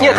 Нет,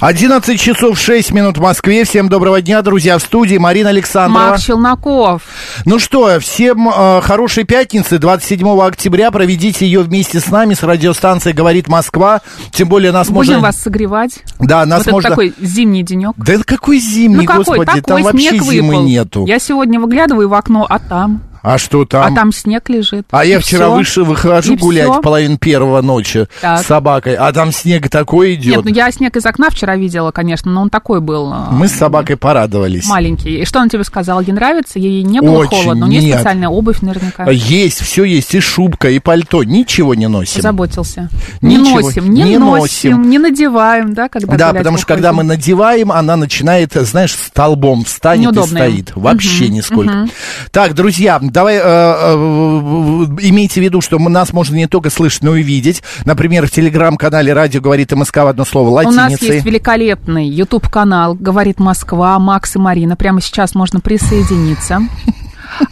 11 часов 6 минут в Москве. Всем доброго дня, друзья. В студии Марина Александрова. Макс Челноков. Ну что, всем э, хорошей пятницы, 27 октября. Проведите ее вместе с нами, с радиостанцией «Говорит Москва». Тем более нас Будем можно... вас согревать. Да, нас вот это можно... такой зимний денек. Да это какой ну зимний, какой господи, такой, там вообще снег зимы выпал. нету. Я сегодня выглядываю в окно, а там, А что там? а там снег лежит. А я И вчера всё. выше выхожу И гулять всё. в половину первого ночи Так. с собакой, а там снег такой идет. Нет, ну я снег из окна вчера видела, конечно, но он такой был. э, Мы с собакой порадовались. Маленький. И что он тебе сказал? Ей нравится? Ей не было Очень, холодно? У нее нет. А есть специальная обувь наверняка. Э, Есть, все есть, и шубка, и пальто, ничего не носим. Заботился. Ничего, не носим, не, не носим, носим. не надеваем, да, когда Да, гулять потому что когда мы выходим? надеваем, она начинает, знаешь, столбом встанет Неудобно и им. стоит. Вообще нисколько. Так, друзья, давай э, э, в- имейте в виду, что мы- нас можно не только слышать, но и видеть. Например, в телеграм-канале Радио говорит и Москва в одно слово У латиницей. нас есть великолепный YouTube-канал «Говорит Москва», Макс и Марина. Прямо сейчас можно присоединиться.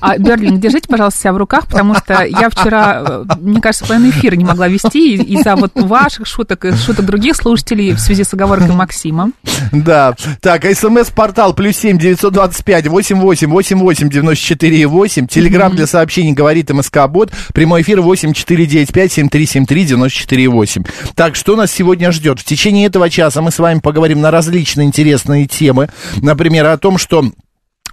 А, Берлин, держите, пожалуйста, себя в руках, потому что я вчера, э, мне кажется, половину эфира не могла вести и- из-за вот ваших шуток и шуток других слушателей в связи с оговоркой Максима. Да. Так, смс-портал плюс семь девятьсот двадцать пять восемь восемь восемь восемь девяносто четыре восемь. Телеграмм для сообщений говорит МСК Бот. Прямой эфир восемь четыре девять пять семь три семь три девяносто четыре восемь. Так, что нас сегодня ждет? В течение этого часа мы с вами поговорим на различные интересные темы. Например, о том, что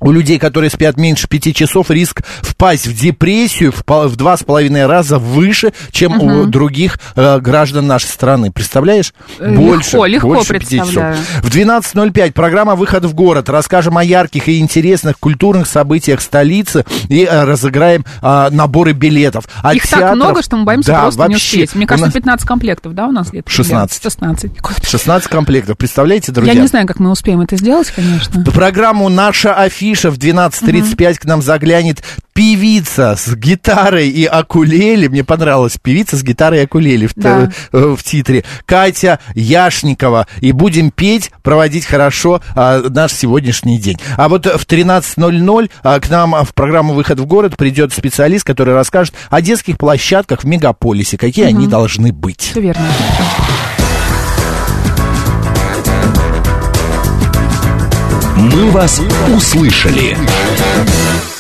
у людей, которые спят меньше пяти часов, риск впасть в депрессию в, пол- в два с половиной раза выше, чем у других э, граждан нашей страны. Представляешь? Э, легко, легко пяти представляю. часов. В 12.05 программа «Выход в город». Расскажем о ярких и интересных культурных событиях столицы и э, разыграем а, наборы билетов. От Их так театров- много, что мы боимся Да, просто не вообще. успеть. Мне У кажется, нас 15 комплектов, да, у нас лет? 16. 16. 16 комплектов, представляете, друзья? Я не знаю, как мы успеем это сделать, конечно. Программу «Наша афиша» в 12.35 к нам заглянет певица с гитарой и акулели. Мне понравилась певица с гитарой и акулели в, т- Да. э, в титре. Катя Яшникова. И будем петь, проводить хорошо а, наш сегодняшний день. А вот в 13.00 а, к нам а, в программу «Выход в город» придет специалист, который расскажет о детских площадках в мегаполисе, какие они должны быть. Все верно. «Мы вас услышали».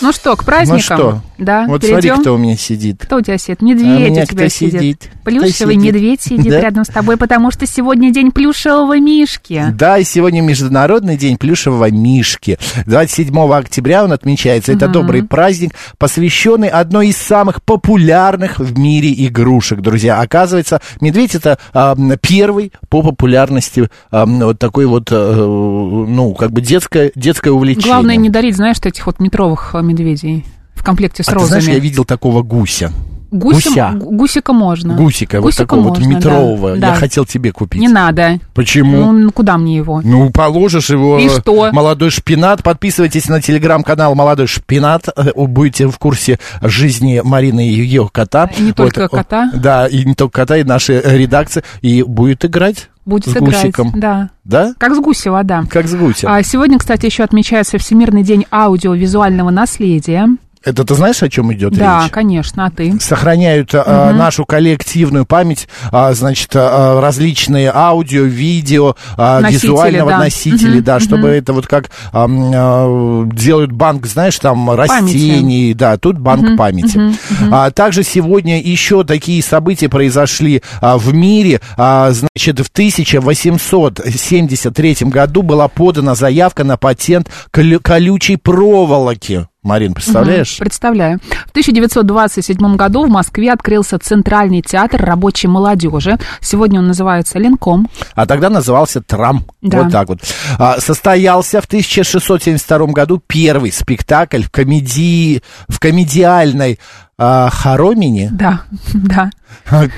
Ну что, к Ну праздникам. что, Да, вот перейдем. смотри, кто у меня сидит. Кто у тебя сидит? Медведь меня у тебя кто сидит. сидит? Кто Плюшевый сидит? медведь сидит Да? рядом с тобой, потому что сегодня день плюшевого мишки. Да, и сегодня Международный день плюшевого мишки. 27 октября он отмечается. Это добрый праздник, посвященный одной из самых популярных в мире игрушек, друзья. Оказывается, медведь это а, м, первый по популярности а, м, вот такой вот, э, ну, как бы детское, детское увлечение. Главное не дарить, знаешь, что этих вот метровых э, медведей в комплекте с а ты розами. знаешь, я видел такого гуся, Гусем- гуся. гу- Гусика можно. гусика, вот Гусика такого вот можно, да. метрового. Да. Я хотел тебе купить. Не надо. Почему? Ну, ну, куда мне его? Ну, положишь его И что? молодой шпинат. Подписывайтесь на телеграм-канал Молодой шпинат. Э, Будете в курсе жизни Марины и ее кота. И не только кота. Да, и не только кота, и нашей э, редакции. И будет играть. Будет с играть. гусиком. Да. Да? Как с гуся вода. Как с гусем. А сегодня, кстати, еще отмечается Всемирный день аудиовизуального наследия. Это ты знаешь, о чем идет да, речь? конечно, а ты? сохраняют э, нашу коллективную память, а, значит, а, различные аудио, видео, а, Носители, визуального да. носители, Мгм, да, чтобы это вот как а, м, а, делают банк, знаешь, там растений, да, тут банк памяти. А, также сегодня еще такие события произошли а, в мире, А, значит, в 1873 году была подана заявка на патент колю- колючей проволоки. Марин, представляешь? Представляю. В 1927 году в Москве открылся Центральный театр рабочей молодежи. Сегодня он называется Ленком. А тогда назывался Трам. Да. Вот так вот. А, состоялся в 1672 году первый спектакль в комедии, в комедиальной а, хоромине, Да, да.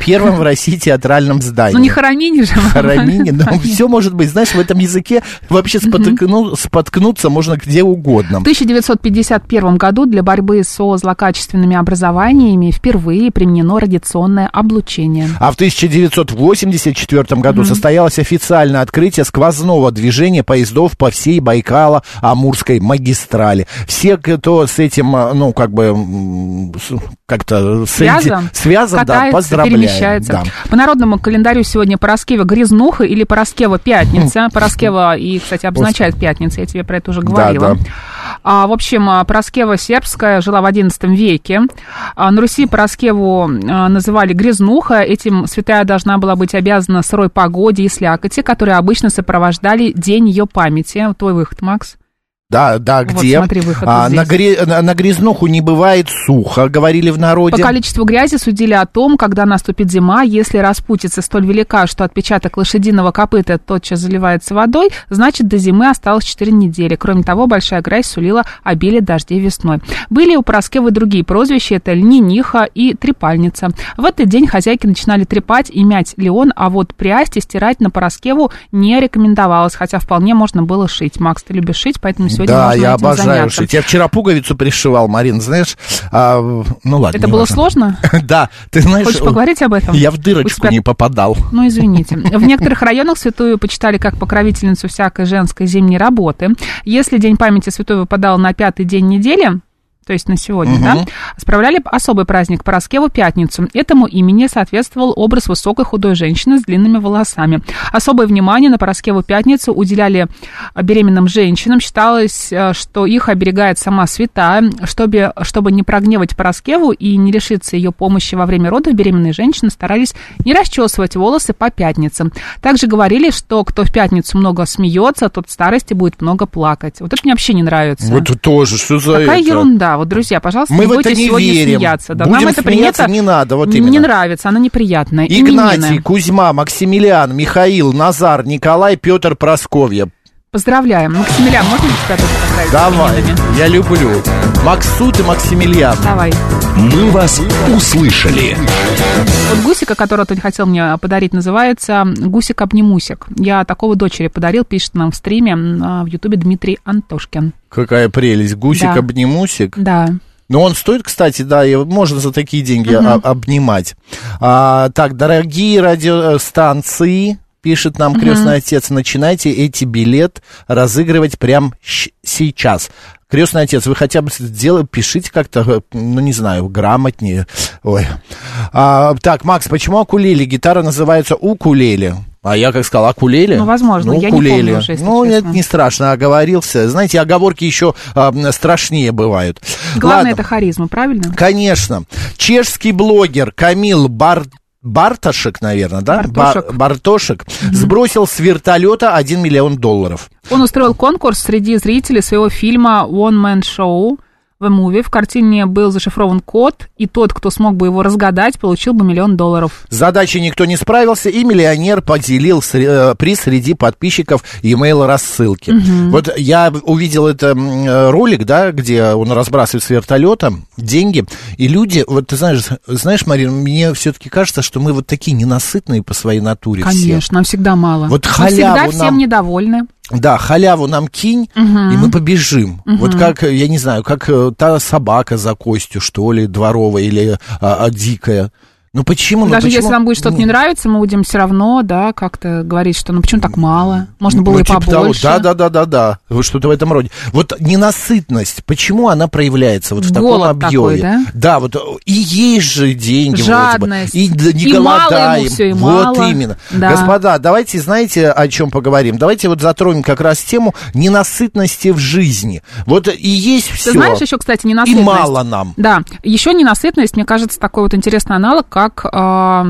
первом в России театральном здании. Ну не хоромини же. Хоромине, но все может быть. Знаешь, в этом языке вообще спотыкну- споткнуться можно где угодно. В 1951 году для борьбы со злокачественными образованиями впервые применено радиационное облучение. А в 1984 году состоялось официальное открытие сквозного движения поездов по всей Байкало-Амурской магистрали. Все, кто с этим, а, ну, как бы, м, с- как-то с этим- Связан, связан да, катается, поздравляем. перемещается. да. По народному календарю сегодня Пороскева грязнуха или Пороскева пятница. Пороскева и, кстати, обозначает пятница, я тебе про это уже говорила. да. А, в общем, а, Пороскева сербская жила в XI веке. А, на Руси Пороскеву а, называли грязнуха. Этим святая должна была быть обязана сырой погоде и слякоти, которые обычно сопровождали день ее памяти. Вот Твой выход, Макс. Да, да, Вот где? смотри, выход А, вот на, здесь. гре- на- на грязнуху не бывает сухо, говорили в народе. По количеству грязи судили о том, когда наступит зима. Если распутица столь велика, что отпечаток лошадиного копыта тотчас заливается водой, значит, до зимы осталось 4 недели. Кроме того, большая грязь сулила обилие дождей весной. Были у Пороскевы другие прозвища. Это льниниха и трепальница. В этот день хозяйки начинали трепать и мять леон, а вот прясть и стирать на Пороскеву не рекомендовалось, хотя вполне можно было шить. Макс, ты любишь шить, поэтому сегодня да, можно я этим обожаю заняться. шить. Я вчера пуговицу пришивал, Марин, знаешь, а, ну ладно. Это не было важно. сложно? Да, ты знаешь... Хочешь поговорить об этом? Я в У дырочку тебя не попадал. Ну, извините. В некоторых районах святую почитали как покровительницу всякой женской зимней работы. Если День памяти святой выпадал на пятый день недели, то есть на сегодня, да, справляли особый праздник Пороскеву пятницу. Этому имени соответствовал образ высокой худой женщины с длинными волосами. Особое внимание на Пороскеву пятницу уделяли а, беременным женщинам. Считалось, э, что их оберегает сама святая. Чтобы, чтобы не прогневать Пороскеву и не лишиться ее помощи во время родов, беременные женщины старались не расчесывать волосы по пятницам. Также говорили, что кто в пятницу много смеется, тот в старости будет много плакать. Вот это мне вообще не нравится. Вот тоже, что за Какая это? ерунда. Вот, друзья, пожалуйста, Мы не в это будете не сегодня верим. смеяться. Да, Будем Нам это смеяться принято. не надо, вот Не именно. нравится, она неприятная. Игнатий, именинная. Кузьма, Максимилиан, Михаил, Назар, Николай, Петр, Просковья. Поздравляем. Максимилиан, можно тебя тоже поздравить? с Давай, именинами? я люблю. Максут и Максимилиан. Давай. «Мы вас услышали». Вот гусика, которого ты хотел мне подарить, называется «Гусик обнимусик». Я такого дочери подарил, пишет нам в стриме м, а, в Ютубе Дмитрий Антошкин. Какая прелесть. Гусик, Да. обнимусик. Да. Но он стоит, кстати, да, и можно за такие деньги а- обнимать. А, так, дорогие радиостанции, пишет нам крестный отец, начинайте эти билет разыгрывать прямо щ- сейчас. Крестный отец, вы хотя бы сделай, пишите как-то, э, ну не знаю, грамотнее. Ой. А, так, Макс, почему акулели? Гитара называется укулеле. А я как сказал, акулеле? Ну, возможно, я не помню укулеле. уже, если Ну, это честно. не страшно, оговорился. Знаете, оговорки еще а, м, страшнее бывают. Главное, Ладно. это харизма, правильно? Конечно. Чешский блогер Камил Бар... Барташек, наверное, да? Бартошек. Ба- Бартошек сбросил с вертолета 1 миллион долларов. Он устроил конкурс среди зрителей своего фильма «One Man Show» в муви. В картине был зашифрован код, и тот, кто смог бы его разгадать, получил бы миллион долларов. С задачей никто не справился, и миллионер поделил сре- э, приз среди подписчиков e-mail рассылки. Вот я увидел это м, э, ролик, да, где он разбрасывает с вертолета деньги, и люди, вот ты знаешь, знаешь, Марина, мне все-таки кажется, что мы вот такие ненасытные по своей натуре все. Конечно, нам всегда мало. Вот Мы халяву всегда нам- всем недовольны. Да, халяву нам кинь, и мы побежим. Вот как, я не знаю, как э, та собака за костью, что ли, дворовая или а, а, дикая. Ну почему? ну Даже почему? если нам будет что-то не нравиться, мы будем все равно, да, как-то говорить, что ну почему так мало? Можно было Ну, и типа того. побольше. Да, да, да, да, да. Вот что-то в этом роде. Вот ненасытность, почему она проявляется вот в таком Голод объеме? такой, да? вот э, и есть же деньги Жадность. вроде бы. И да, не И мало ему голодаем. всё, и вот мало. именно. Да. Господа, давайте, знаете, о чем поговорим? Давайте вот затронем как раз тему ненасытности в жизни. Вот и есть все. Ты знаешь еще, кстати, и ненасытность? мало нам. Да, еще ненасытность, мне кажется, такой вот интересный аналог, как а,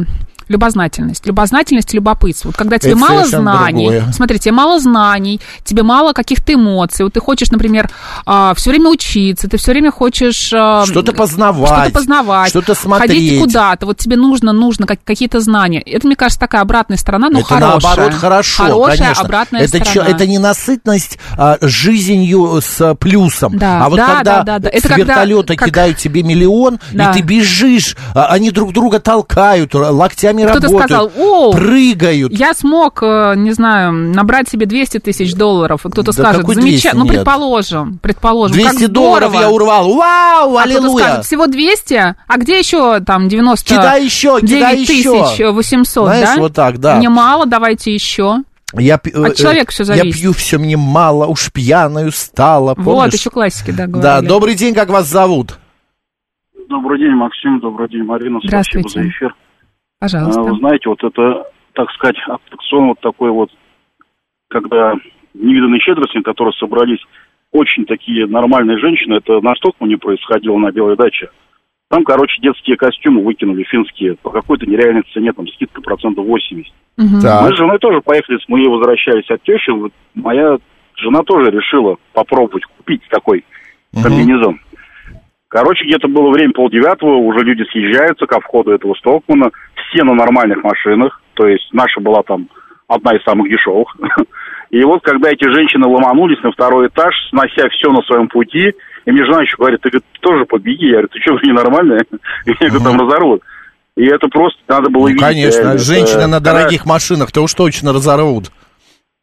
любознательность. Любознательность и любопытство. Вот когда тебе Это мало совершенно знаний, другое. смотри, тебе мало знаний, тебе мало каких-то эмоций. Вот ты хочешь, например, все время учиться, ты все время хочешь... а, Что-то познавать. что-то познавать, Что-то смотреть. ходить куда-то, вот тебе нужно, нужно как- какие-то знания. Это, мне кажется, такая обратная сторона, но это Ну, хорошая. наоборот хорошо, Хорошая конечно. обратная это, чё- сторона. это не насытность а, жизнью с а, плюсом. Да, а вот да, да, когда да, да. с Это когда вертолета как- кидают тебе миллион, Да. и ты бежишь, а, они друг друга толкают, р- локтями Кто-то работают, сказал, «Оу!» прыгают. Я смог, э, не знаю, набрать себе 200 тысяч долларов. И кто-то Да скажет, какой замечательно. 200? Ну, Нет. предположим, предположим. 200 как долларов здорово. я урвал. Вау, А кто-то аллилуйя. скажет, всего 200, а где еще там 90 Кидай еще, кидай еще. тысяч 800, Знаешь, да? вот так, да. Мне мало, давайте еще. Я, пи- От э, человека всё Я зависит. пью все мне мало, уж пьяную стала. Вот, помнишь? еще классики, да, говорили. Да, добрый день, как вас зовут? Добрый день, Максим. Добрый день, Марина. Спасибо Здравствуйте. за эфир. А, Пожалуйста. Ну, Вы знаете, вот это, так сказать, аттракцион вот такой вот, когда невиданные щедрости, которые собрались очень такие нормальные женщины, это на Стокмане происходило на Белой даче. Там, короче, детские костюмы выкинули финские по какой-то нереальной цене, там скидка процентов 80. Мгм. Так. Мы с женой тоже поехали, с- мы возвращались от тещи. Вот Моя жена тоже решила попробовать купить такой комбинезон. Короче, где-то было время полдевятого, уже люди съезжаются ко входу этого Столкмана, все на нормальных машинах, то есть наша была там одна из самых дешевых. И вот когда эти женщины ломанулись на второй этаж, снося все на своем пути, и мне жена еще говорит, ты говорит, тоже побеги. Я говорю, ты что, ненормальная? Я говорю, там разорвут. И это просто надо было Ну, видеть. конечно, реально. женщины Это- на когда- дорогих машинах, то уж точно разорвут.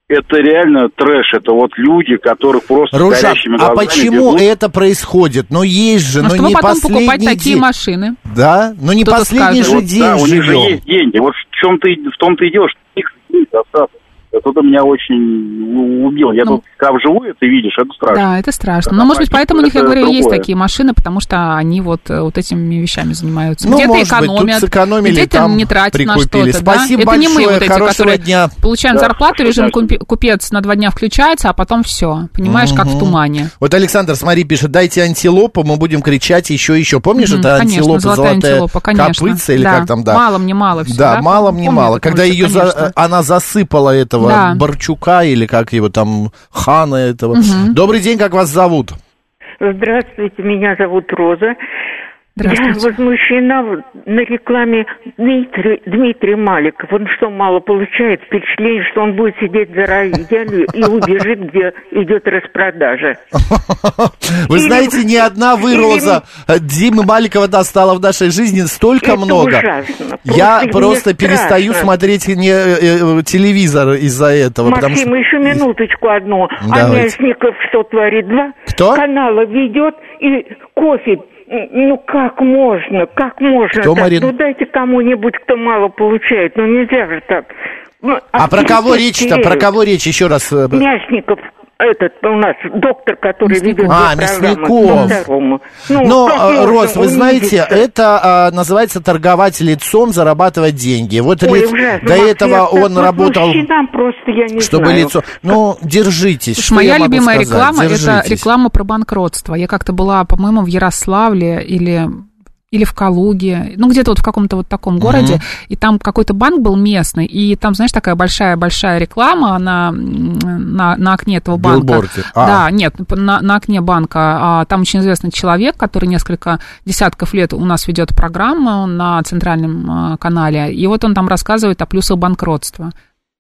это реально трэш. Это вот люди, которых просто с Ружак, горящими а глазами почему бегут. это происходит? Но есть же, Ну, но чтобы не потом последний покупать такие день. машины. Да, но не Кто-то последний скажет. же Вот, день да, у них же живем. есть деньги. Вот в чем ты, в том ты и дело, что их денег достаточно. Это вот меня очень у- убило. Я Ну. тут, когда вживую это видишь, это страшно. Да, это страшно. Да, Но, может быть, поэтому поэтому у них, я это говорю, есть другое. такие машины, потому что они вот, э, вот этими вещами занимаются. Ну, где-то может быть, тут экономят, сэкономили, где-то там не тратят на прикупили. что-то. да. Спасибо Это не мы большое, вот эти, хорошего которые дня. получаем Да, зарплату, хорошего режим дня. купи- купец на два дня включается, а потом все. Понимаешь, как в тумане. Вот Александр, смотри, пишет, дайте антилопу, мы будем кричать еще еще. Помнишь, Мгм, это конечно, антилопа, золотая антилопа, конечно. копытца или да. как там, да? Мало мне мало все. да, мало мне Помню мало. эту Когда мультик, ее за- э, конечно. она засыпала этого Да. Борчука или как его там, Хана этого. Добрый день, как вас зовут? Здравствуйте, меня зовут Роза. Здравствуйте. Я возмущена вот на рекламе Дмитрий, Дмитрий Маликов. Он что, мало получает? Впечатление, что он будет сидеть за роялью и убежит, где идет распродажа. Вы Или- знаете, ни одна вы, или- Роза, э, Димы Маликова достала в нашей жизни Это столько А много. ужасно. Я Просто просто мне перестаю страшно. смотреть не, э, э, телевизор из-за этого. потому Максим, что- еще минуточку одну. А Давайте. Мясников что творит? Два Кто? канала ведет и кофе. Ну как можно? Как можно Кто, так? Марин? Ну дайте кому-нибудь, кто мало получает. Ну нельзя же так. Ну, А про кого авторитет речь-то? Про теряют. кого речь? Еще раз. э, Мясников этот у нас доктор, который ведет А, две программы Мясников. по второму. Ну, Но, как э, можно Рос, вы знаете, унизиться? это а, называется торговать лицом, зарабатывать деньги. Вот Ой, ли- ужасно, до Макс, этого я он так работал, возмущена просто я не чтобы знаю. лицо... Ну, держитесь. Слушай, что моя я могу любимая сказать? реклама это Держитесь. реклама про банкротство. Я как-то была, по-моему, в Ярославле или или в Калуге, ну где-то вот в каком-то вот таком городе, и там какой-то банк был местный, и там, знаешь, такая большая-большая реклама, она м, на, на окне этого банка. Билборде. А. Да, нет, п- на, на окне банка. А, там очень известный человек, который несколько десятков лет у нас ведет программу на центральном а, канале, и вот он там рассказывает о плюсах банкротства.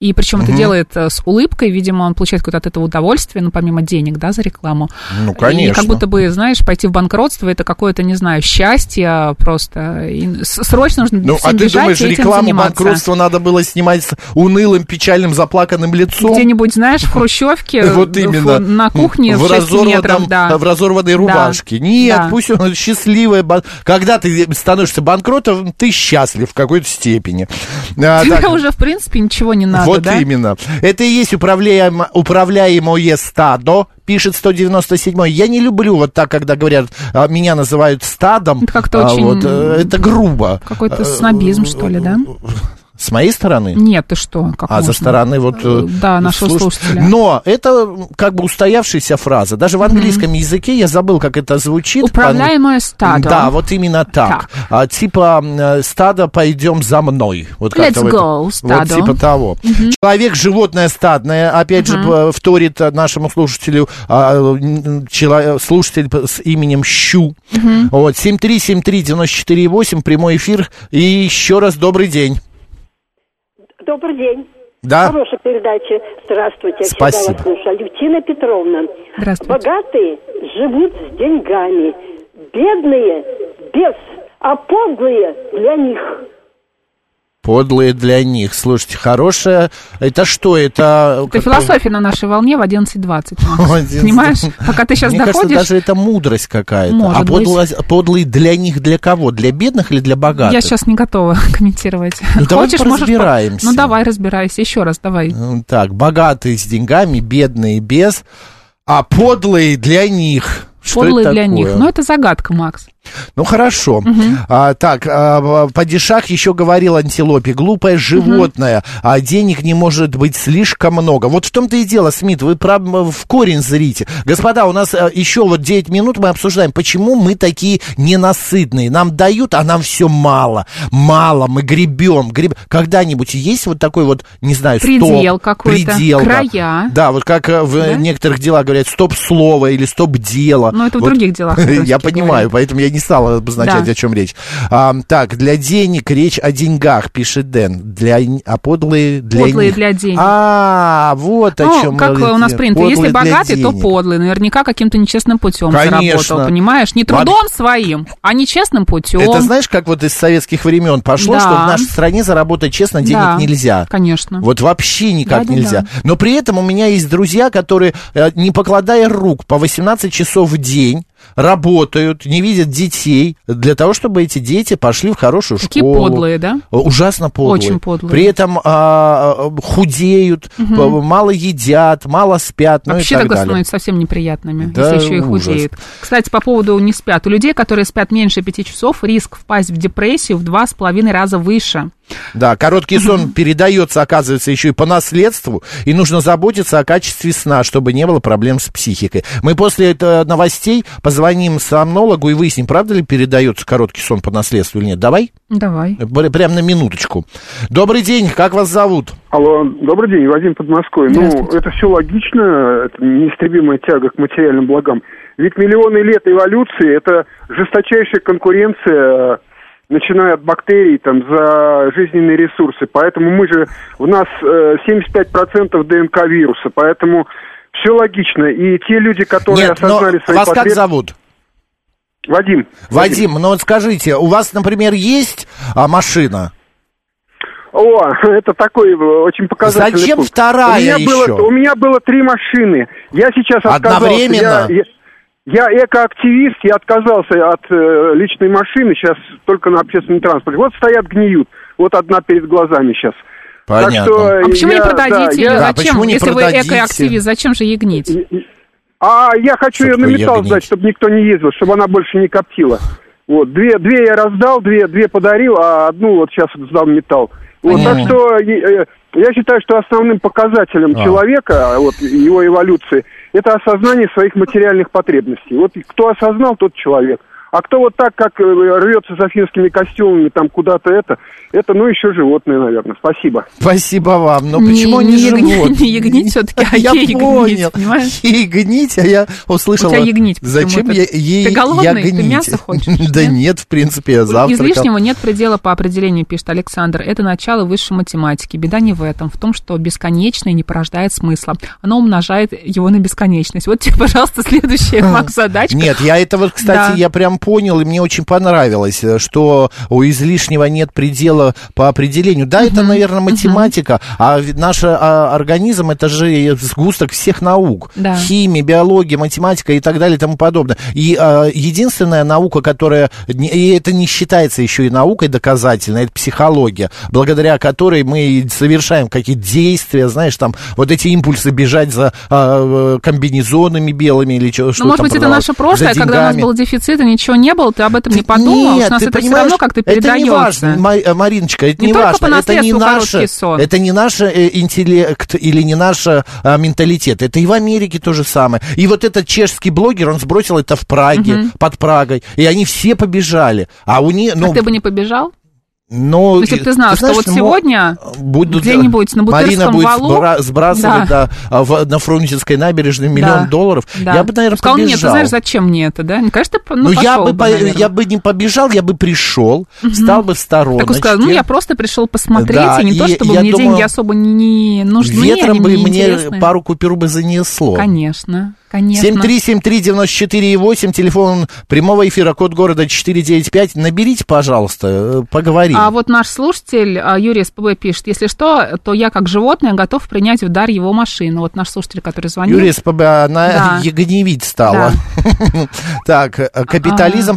И причем это делает э, с улыбкой, видимо, он получает какое-то от этого удовольствие, ну, помимо денег, да, за рекламу. Ну, И конечно. как будто бы, знаешь, пойти в банкротство, это какое-то, не знаю, счастье а просто. И с- срочно нужно Ну, всем а ты бежать думаешь, и этим рекламу заниматься. банкротства надо было снимать с унылым, печальным, заплаканным лицом? Где-нибудь, знаешь, в хрущевке, Вот э, именно. фу- на кухне в в 6 разорванном- метров, да. В разорванной рубашке. Да. Нет, Да. пусть он счастливый. бан- Когда ты становишься банкротом, ты счастлив в какой-то степени. А, Тебе так, уже, в принципе, ничего не надо, вот да? именно. Это и есть управляемо- управляемое стадо, пишет 197-й. Я не люблю вот так, когда говорят, а, меня называют стадом. Это как-то А, очень- вот, э, это грубо. Какой-то снобизм, что ли, да? С моей стороны? Нет, ты что? Как а можно? со стороны вот... э, Да, нашего слуш- слушателя. Но это как бы устоявшаяся фраза. Даже в английском языке я забыл, как это звучит. Управляемое стадо. Да, вот именно Так. так. А, типа э, стадо, пойдем за мной. Вот как-то Let's вот- go, Вот стадо. типа того. Человек, животное стадное, опять же, э, вторит э, нашему слушателю а, м, чело- слушатель п- с именем Щу. Вот, 7373948, прямой эфир. И еще раз добрый день. Добрый день. Да? Хорошая передача. Здравствуйте. Я всегда Спасибо. вас слушаю. Алевтина Петровна. Здравствуйте. Богатые живут с деньгами. Бедные без, а подлые для них. Подлые для них. Слушайте, хорошая. Это что? Это... э, Это как- философия на нашей волне в 11.20. Макс. 11:20. Понимаешь? Пока ты сейчас Мне кажется, доходишь, даже это мудрость какая-то. Может а подлость- подлые для них для кого? Для бедных или для богатых? я сейчас не готова комментировать. Ну, давай Хочешь, можешь... по- поразбираемся. Ну, давай, разбирайся. Еще раз давай. Ну, Так, богатые с деньгами, бедные без, а подлые для них. Что Подлые это для такое? них. Ну, Но это загадка, Макс. Ну хорошо. А, так, а, Падишах еще говорил антилопе, глупое животное, а денег не может быть слишком много. Вот в том-то и дело, Смит, вы прям в корень зрите. Господа, у нас а, еще вот 9 минут мы обсуждаем, почему мы такие ненасытные. Нам дают, а нам все мало. Мало, мы гребем. гребем. Когда-нибудь есть вот такой вот, не знаю, стоп, Предел какой-то, предел, да. края. Да, вот как э, в Да? некоторых делах говорят стоп-слово или стоп-дело. Но это в Вот других делах. я понимаю, поэтому я не стал обозначать, Да. о чем речь. А, так, для денег речь о деньгах, пишет Дэн. Для, н- а подлые для Подлые них. для денег. А, вот о Ну, чем как говорит у нас Лен. принято, если Подлые для богатый, то денег. подлый. Наверняка каким-то нечестным путем Конечно. заработал, понимаешь? Не Вообще- трудом своим, а нечестным путем. Это знаешь, как вот из советских времен пошло, Да. что в нашей стране заработать честно денег Да, нельзя. А, Конечно. Вот вообще никак Да-да-да. нельзя. Но при этом у меня есть друзья, которые, э, не покладая рук, по 18 часов в день работают, не видят детей, для того, чтобы эти дети пошли в хорошую Такие школу. подлые, да? Ужасно подлые. Очень подлые. При этом а, а, худеют, п- мало едят, мало спят, ну Вообще и так тогда далее. становятся совсем неприятными, Да, если еще и ужас. худеют. Кстати, по поводу не спят. У людей, которые спят меньше пяти часов, риск впасть в депрессию в два с половиной раза выше. Да, короткий сон передается, оказывается, еще и по наследству, и нужно заботиться о качестве сна, чтобы не было проблем с психикой. Мы после э, новостей позвоним сомнологу и выясним, правда ли передается короткий сон по наследству или нет. Давай, Давай. э, пр- прям на минуточку. Добрый день, как вас зовут? Алло, добрый день, Вадим под Москвой. Ну, Здравствуйте. это все логично, это неистребимая тяга к материальным благам. Ведь миллионы лет эволюции – это жесточайшая конкуренция, э, начиная от бактерий, там, за жизненные ресурсы. Поэтому мы же, в нас э, 75% ДНК вируса, поэтому все логично. И те люди, которые Нет, но осознали свои вас как потреб- зовут? Вадим. Вадим, ну вот скажите, у вас, например, есть а, машина? О, это такой э, очень показательный Зачем пункт. вторая у меня еще? Было, у меня было три машины. Я сейчас отказался. Одновременно? Я, я- я экоактивист, я отказался от э, личной машины, сейчас только на общественном транспорте. Вот стоят, гниют. Вот одна перед глазами сейчас. Понятно. А почему не я- да, продадите ее? я- Да, зачем? почему не если продадите? вы экоактивист, зачем же ей гнить? А я Что хочу ее на такое металл ягнить? сдать, чтобы никто не ездил, чтобы она больше не коптила. Вот, две, две я раздал, две, две подарил, а одну вот сейчас вот сдал в металл. Вот, так Понятно. что э, э, я считаю, что основным показателем А. человека, вот, его эволюции, это осознание своих материальных потребностей. Вот и кто осознал, тот человек. А кто вот так, как э, рвется за финскими костюмами, там куда-то это, это, ну, еще животное, наверное. Спасибо. Спасибо вам. Но почему не, они ягни- живут? не ягнить все-таки, а я ей ягнить, понял. понимаешь? Ей гнить, а я У услышал. тебя ягнить Зачем я почему-то. ей Ты голодный? Ты ягнить? мясо хочешь? Да Нет? нет, в принципе, я завтракал. Излишнего нет предела по определению, пишет Александр. Это начало высшей математики. Беда не в этом, в том, что бесконечное не порождает смысла. Оно умножает его на бесконечность. Вот тебе, пожалуйста, следующая, А, Макс, задачка. Ну, Нет, я это вот, кстати, Да. я прям понял, и мне очень понравилось, э, что у излишнего нет предела по определению. Да, это, наверное, математика, а ведь наш а, организм это же сгусток всех наук. Да. Химия, биология, математика и так далее и тому подобное. И а, единственная наука, которая, не- и это не считается еще и наукой доказательной, это психология, благодаря которой мы и совершаем какие-то действия, знаешь, там вот эти импульсы бежать за а, э, комбинезонами белыми или чё- что Ну, может там быть, это продавалось? наше прошлое, За когда у нас деньгами. был дефицит, и еще не был, ты об этом не подумал, Нет, у нас ты это все понимаешь, равно как-то Это передается. не важно, Ма- э, Мариночка, это Не не, только важно. по это не наследству наше, короткий сон. это не наш э, интеллект или не наш э, а, менталитет. Это и в Америке то же самое. И вот этот чешский блогер, он сбросил это в Праге, Мгм. под Прагой, и они все побежали. А у них, ну, а ты бы не побежал? ну, То есть, если бы ты знал, знаешь, что вот мо- сегодня будут, где-нибудь на Марина Бутырском будет валу- сбра- сбрасывать Да. да, а, в- на Фрунзенской набережной миллион Да. долларов, да. я бы, наверное, Сказал, побежал. нет, ты знаешь, зачем мне это, да? Ну, конечно, ты, ну, Ну, я пошел бы, бы, по- наверное. я бы не побежал, я бы пришел, встал бы в стороночке. Так он сказал, ну я просто пришел посмотреть, Да, и не то, и чтобы я мне думаю, деньги особо не, не нужны, Ветром они бы мне мне интересны. пару купюр бы занесло. Конечно, конечно. 7373948, телефон прямого эфира, код города 495. Наберите, пожалуйста, э, поговорим. А вот наш слушатель а, Юрий СПБ пишет, если что, то я как животное готов принять в дар его машину. Вот наш слушатель, который звонил. Юрий СПБ, она Да. ягневить стала. Так, э, капитализм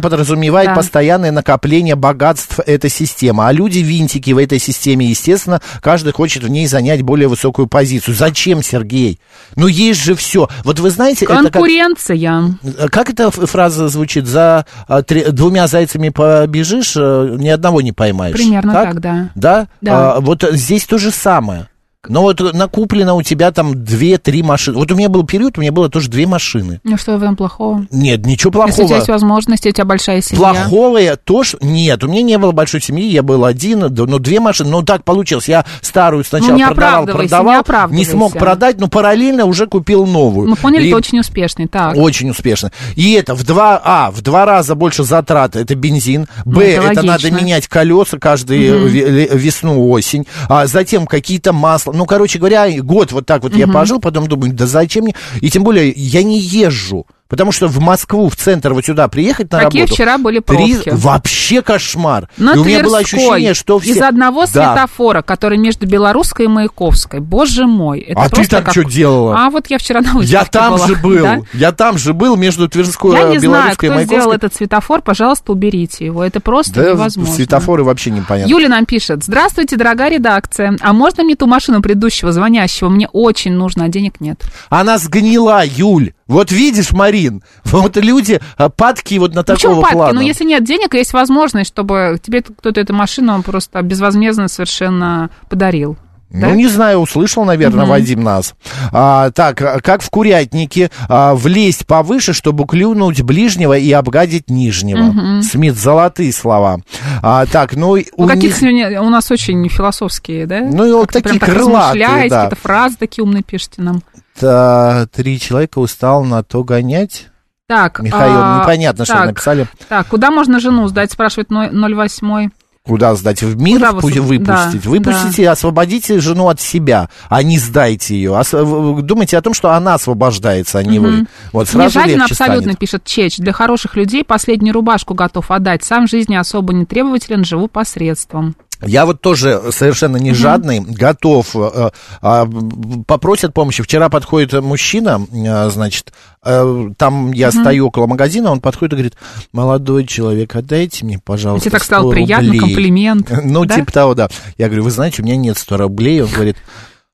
А, подразумевает да. постоянное накопление богатств этой системы, а люди винтики в этой системе, естественно, каждый хочет в ней занять более высокую позицию. Зачем, Сергей? Ну есть же все. Вот вы знаете, это как... э, Конкуренция. Как эта ф- фраза звучит? За а, три- двумя зайцами побежишь, э, ни одного не поймаешь. Примерно так, да. Да? Да. А, вот здесь то же самое. Но вот накуплено у тебя там 2-3 машины. Вот у меня был период, у меня было тоже две машины. Ну что в этом плохого? Нет, Если у ничего тебя плохого. есть возможность, и у тебя большая семья. Плохого я тоже... Нет, у меня не было большой семьи, я был один, да, ну, две машины, ну, так получилось. Я старую сначала Ну, не продавал, оправдывайся, не продавал, не оправдывайся. смог продать, но параллельно уже купил новую. Мы поняли, И- ты очень успешный. Так. Очень успешно. И это в два, а, в два раза больше затраты, это бензин. Ну, Б, это это, логично. надо менять колеса каждую ве- ле- весну, осень. А затем какие-то масла. Ну, короче говоря, год вот так вот я пожил, потом думаю, да зачем мне? И тем более я не езжу. Потому что в Москву, в центр вот сюда приехать на Какие работу... вчера были три- пробки. Вообще кошмар. На и у меня было Тверской ощущение, что все... из одного Да. светофора, который между Белорусской и Маяковской. Боже мой, это А ты просто там как- что делала? А вот я вчера на выставке Я там была, же был. да? Я там же был между Тверской, Я не э, Белорусской знаю, и кто Маяковской. сделал этот светофор, пожалуйста, уберите его. Это просто Да, невозможно. светофоры вообще непонятно. Юля нам пишет. Здравствуйте, дорогая редакция. А можно мне ту машину предыдущего звонящего? Мне очень нужно, а денег нет. Она сгнила, Юль. Вот видишь, Марин, вот люди а, падки вот на Причем такого падки? плана. Ну, если нет денег, есть возможность, чтобы тебе кто-то эту машину просто безвозмездно совершенно подарил. Ну, да? не знаю, услышал, наверное, Вадим нас. А, так, а, как в курятнике а, влезть повыше, чтобы клюнуть ближнего и обгадить нижнего. Смит, золотые слова. А, так, ну, и у Ну, какие них- сегодня у нас очень философские, да? Ну, и вот Как-то такие прям так крылатые, размышляете, да. какие-то фразы такие умные пишите нам. Та- э, три человека устал на то гонять. Так, Михаил, а, непонятно, что так, написали. Так, куда можно жену сдать, спрашивает но- 08. Куда сдать? В мир Куда вы пу- су- выпустить. да, Выпустите, освободите жену от себя, а не сдайте ее. Ос- в- в- Думайте о том, что она освобождается, а не вы. Вот Не сразу жаден легче абсолютно, станет. пишет Чеч. Для хороших людей последнюю рубашку готов отдать. Сам в жизни особо не требователен, живу посредством. Я вот тоже совершенно не жадный, готов. э, а, б- Попросят помощи. Вчера подходит мужчина, э, значит, э, там я стою около магазина, он подходит и говорит, молодой человек, отдайте мне, И пожалуйста, тебе так стало 100 приятно, рублей». комплимент. Ну, да? типа того, да. Я говорю, вы знаете, у меня нет 100 рублей. Он говорит,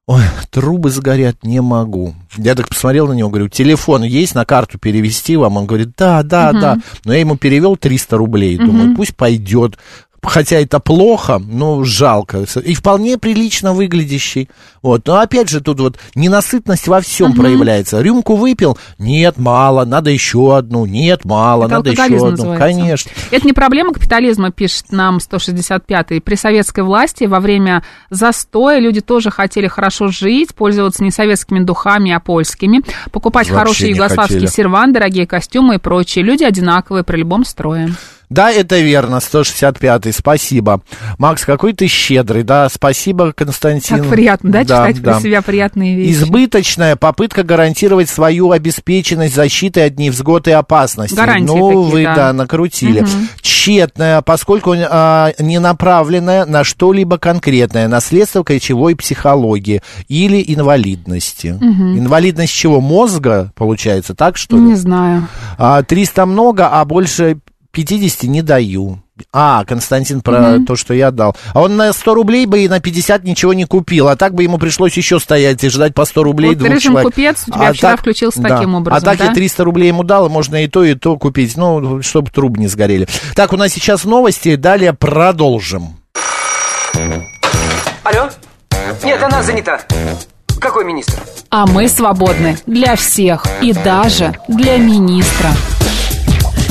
ой, трубы сгорят, не могу. Я так посмотрел на него, говорю, телефон есть, на карту перевести вам? Он говорит, да, да, да. Но я ему перевел 300 рублей. Думаю, пусть пойдет. Хотя это плохо, но жалко. И вполне прилично выглядящий. Вот. Но опять же, тут вот ненасытность во всем проявляется. Рюмку выпил? Нет, мало, надо еще одну. Нет, мало, Это надо еще алкоголизм одну. называется. Конечно. Это не проблема капитализма, пишет нам 165-й. При советской власти во время застоя люди тоже хотели хорошо жить, пользоваться не советскими духами, а польскими, покупать Вообще хорошие не югославские хотели. серван, дорогие костюмы и прочее. Люди одинаковые при любом строе. Да, это верно, 165-й, спасибо. Макс, какой ты щедрый, да, спасибо, Константин. Так приятно, да, читать про себя приятные вещи? Избыточная попытка гарантировать свою обеспеченность защитой от невзгод и опасностей. Гарантии ну, такие, вы, да. да, накрутили. Мгм. Тщетная, поскольку а, не направленная на что-либо конкретное, наследство кричевой психологии или инвалидности. Инвалидность чего? Мозга, получается, так что ли? Не знаю. А, 300 много, а больше 50 не даю. А, Константин про то, что я дал. А он на 100 рублей бы и на 50 ничего не купил. А так бы ему пришлось еще стоять и ждать по 100 рублей Вот двух режим человек. купец у тебя вчера включился таким образом, А так да? я 300 рублей ему дал, можно и то, и то купить. Ну, чтобы трубы не сгорели. Так, у нас сейчас новости, далее продолжим. Алло? Нет, она занята. Какой министр? А мы свободны для всех и даже для министра.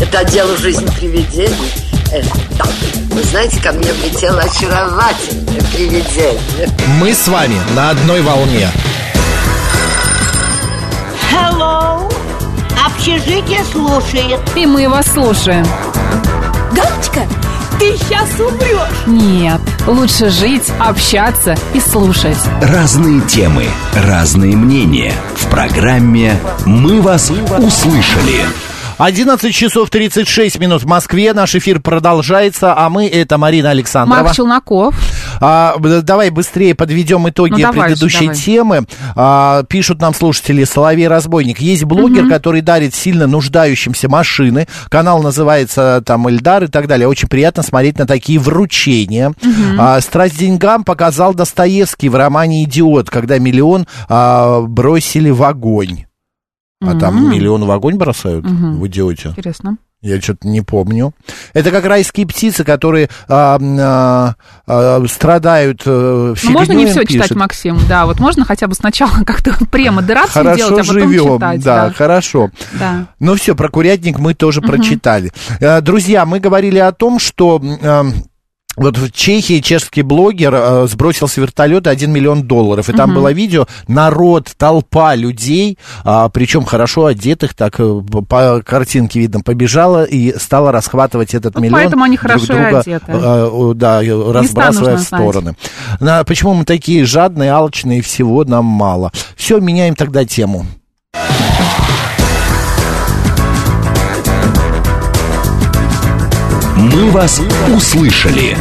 Это отдел жизни привидений. Э, так, Вы знаете, ко мне влетело очаровательное привидение. Мы с вами на одной волне. Hello. Общежитие слушает. И мы вас слушаем. Галочка, ты сейчас умрешь. Нет, лучше жить, общаться и слушать. Разные темы, разные мнения. В программе «Мы вас услышали». 11 часов 36 минут в Москве. Наш эфир продолжается, а мы это Марина Александрова. Марк Челноков. А, б- давай быстрее подведем итоги Ну, давай же, предыдущей давай. темы. А, пишут нам слушатели Соловей Разбойник. Есть блогер, который дарит сильно нуждающимся машины. Канал называется там Эльдар и так далее. Очень приятно смотреть на такие вручения. А, Страсть деньгам показал Достоевский в романе Идиот, когда миллион а, бросили в огонь. А там миллион в огонь бросают Мгм. в идиоте. Интересно. Ну, Я что-то не помню. Это как райские птицы, которые а, м, а, а, страдают э, Ну, фигнёй, можно не все он пишет. читать, Максим, да. Вот можно хотя бы сначала как-то премодерацию Хорошо делать, а потом живем, читать. да, да. хорошо. Да. Ну все, про курятник мы тоже прочитали. Э, Друзья, мы говорили о том, что... м, э, Вот в Чехии чешский блогер э, сбросил с вертолета 1 миллион долларов. И там было видео, народ, толпа людей, причем хорошо одетых, так э, по картинке видно, побежала и стала расхватывать этот Вот миллион. поэтому они друг хорошо и друга, одеты. э, о, да, э, разбрасывая нужно в знать. стороны. На- почему мы такие жадные, алчные, всего нам мало. Все, меняем тогда тему. «Мы вас услышали».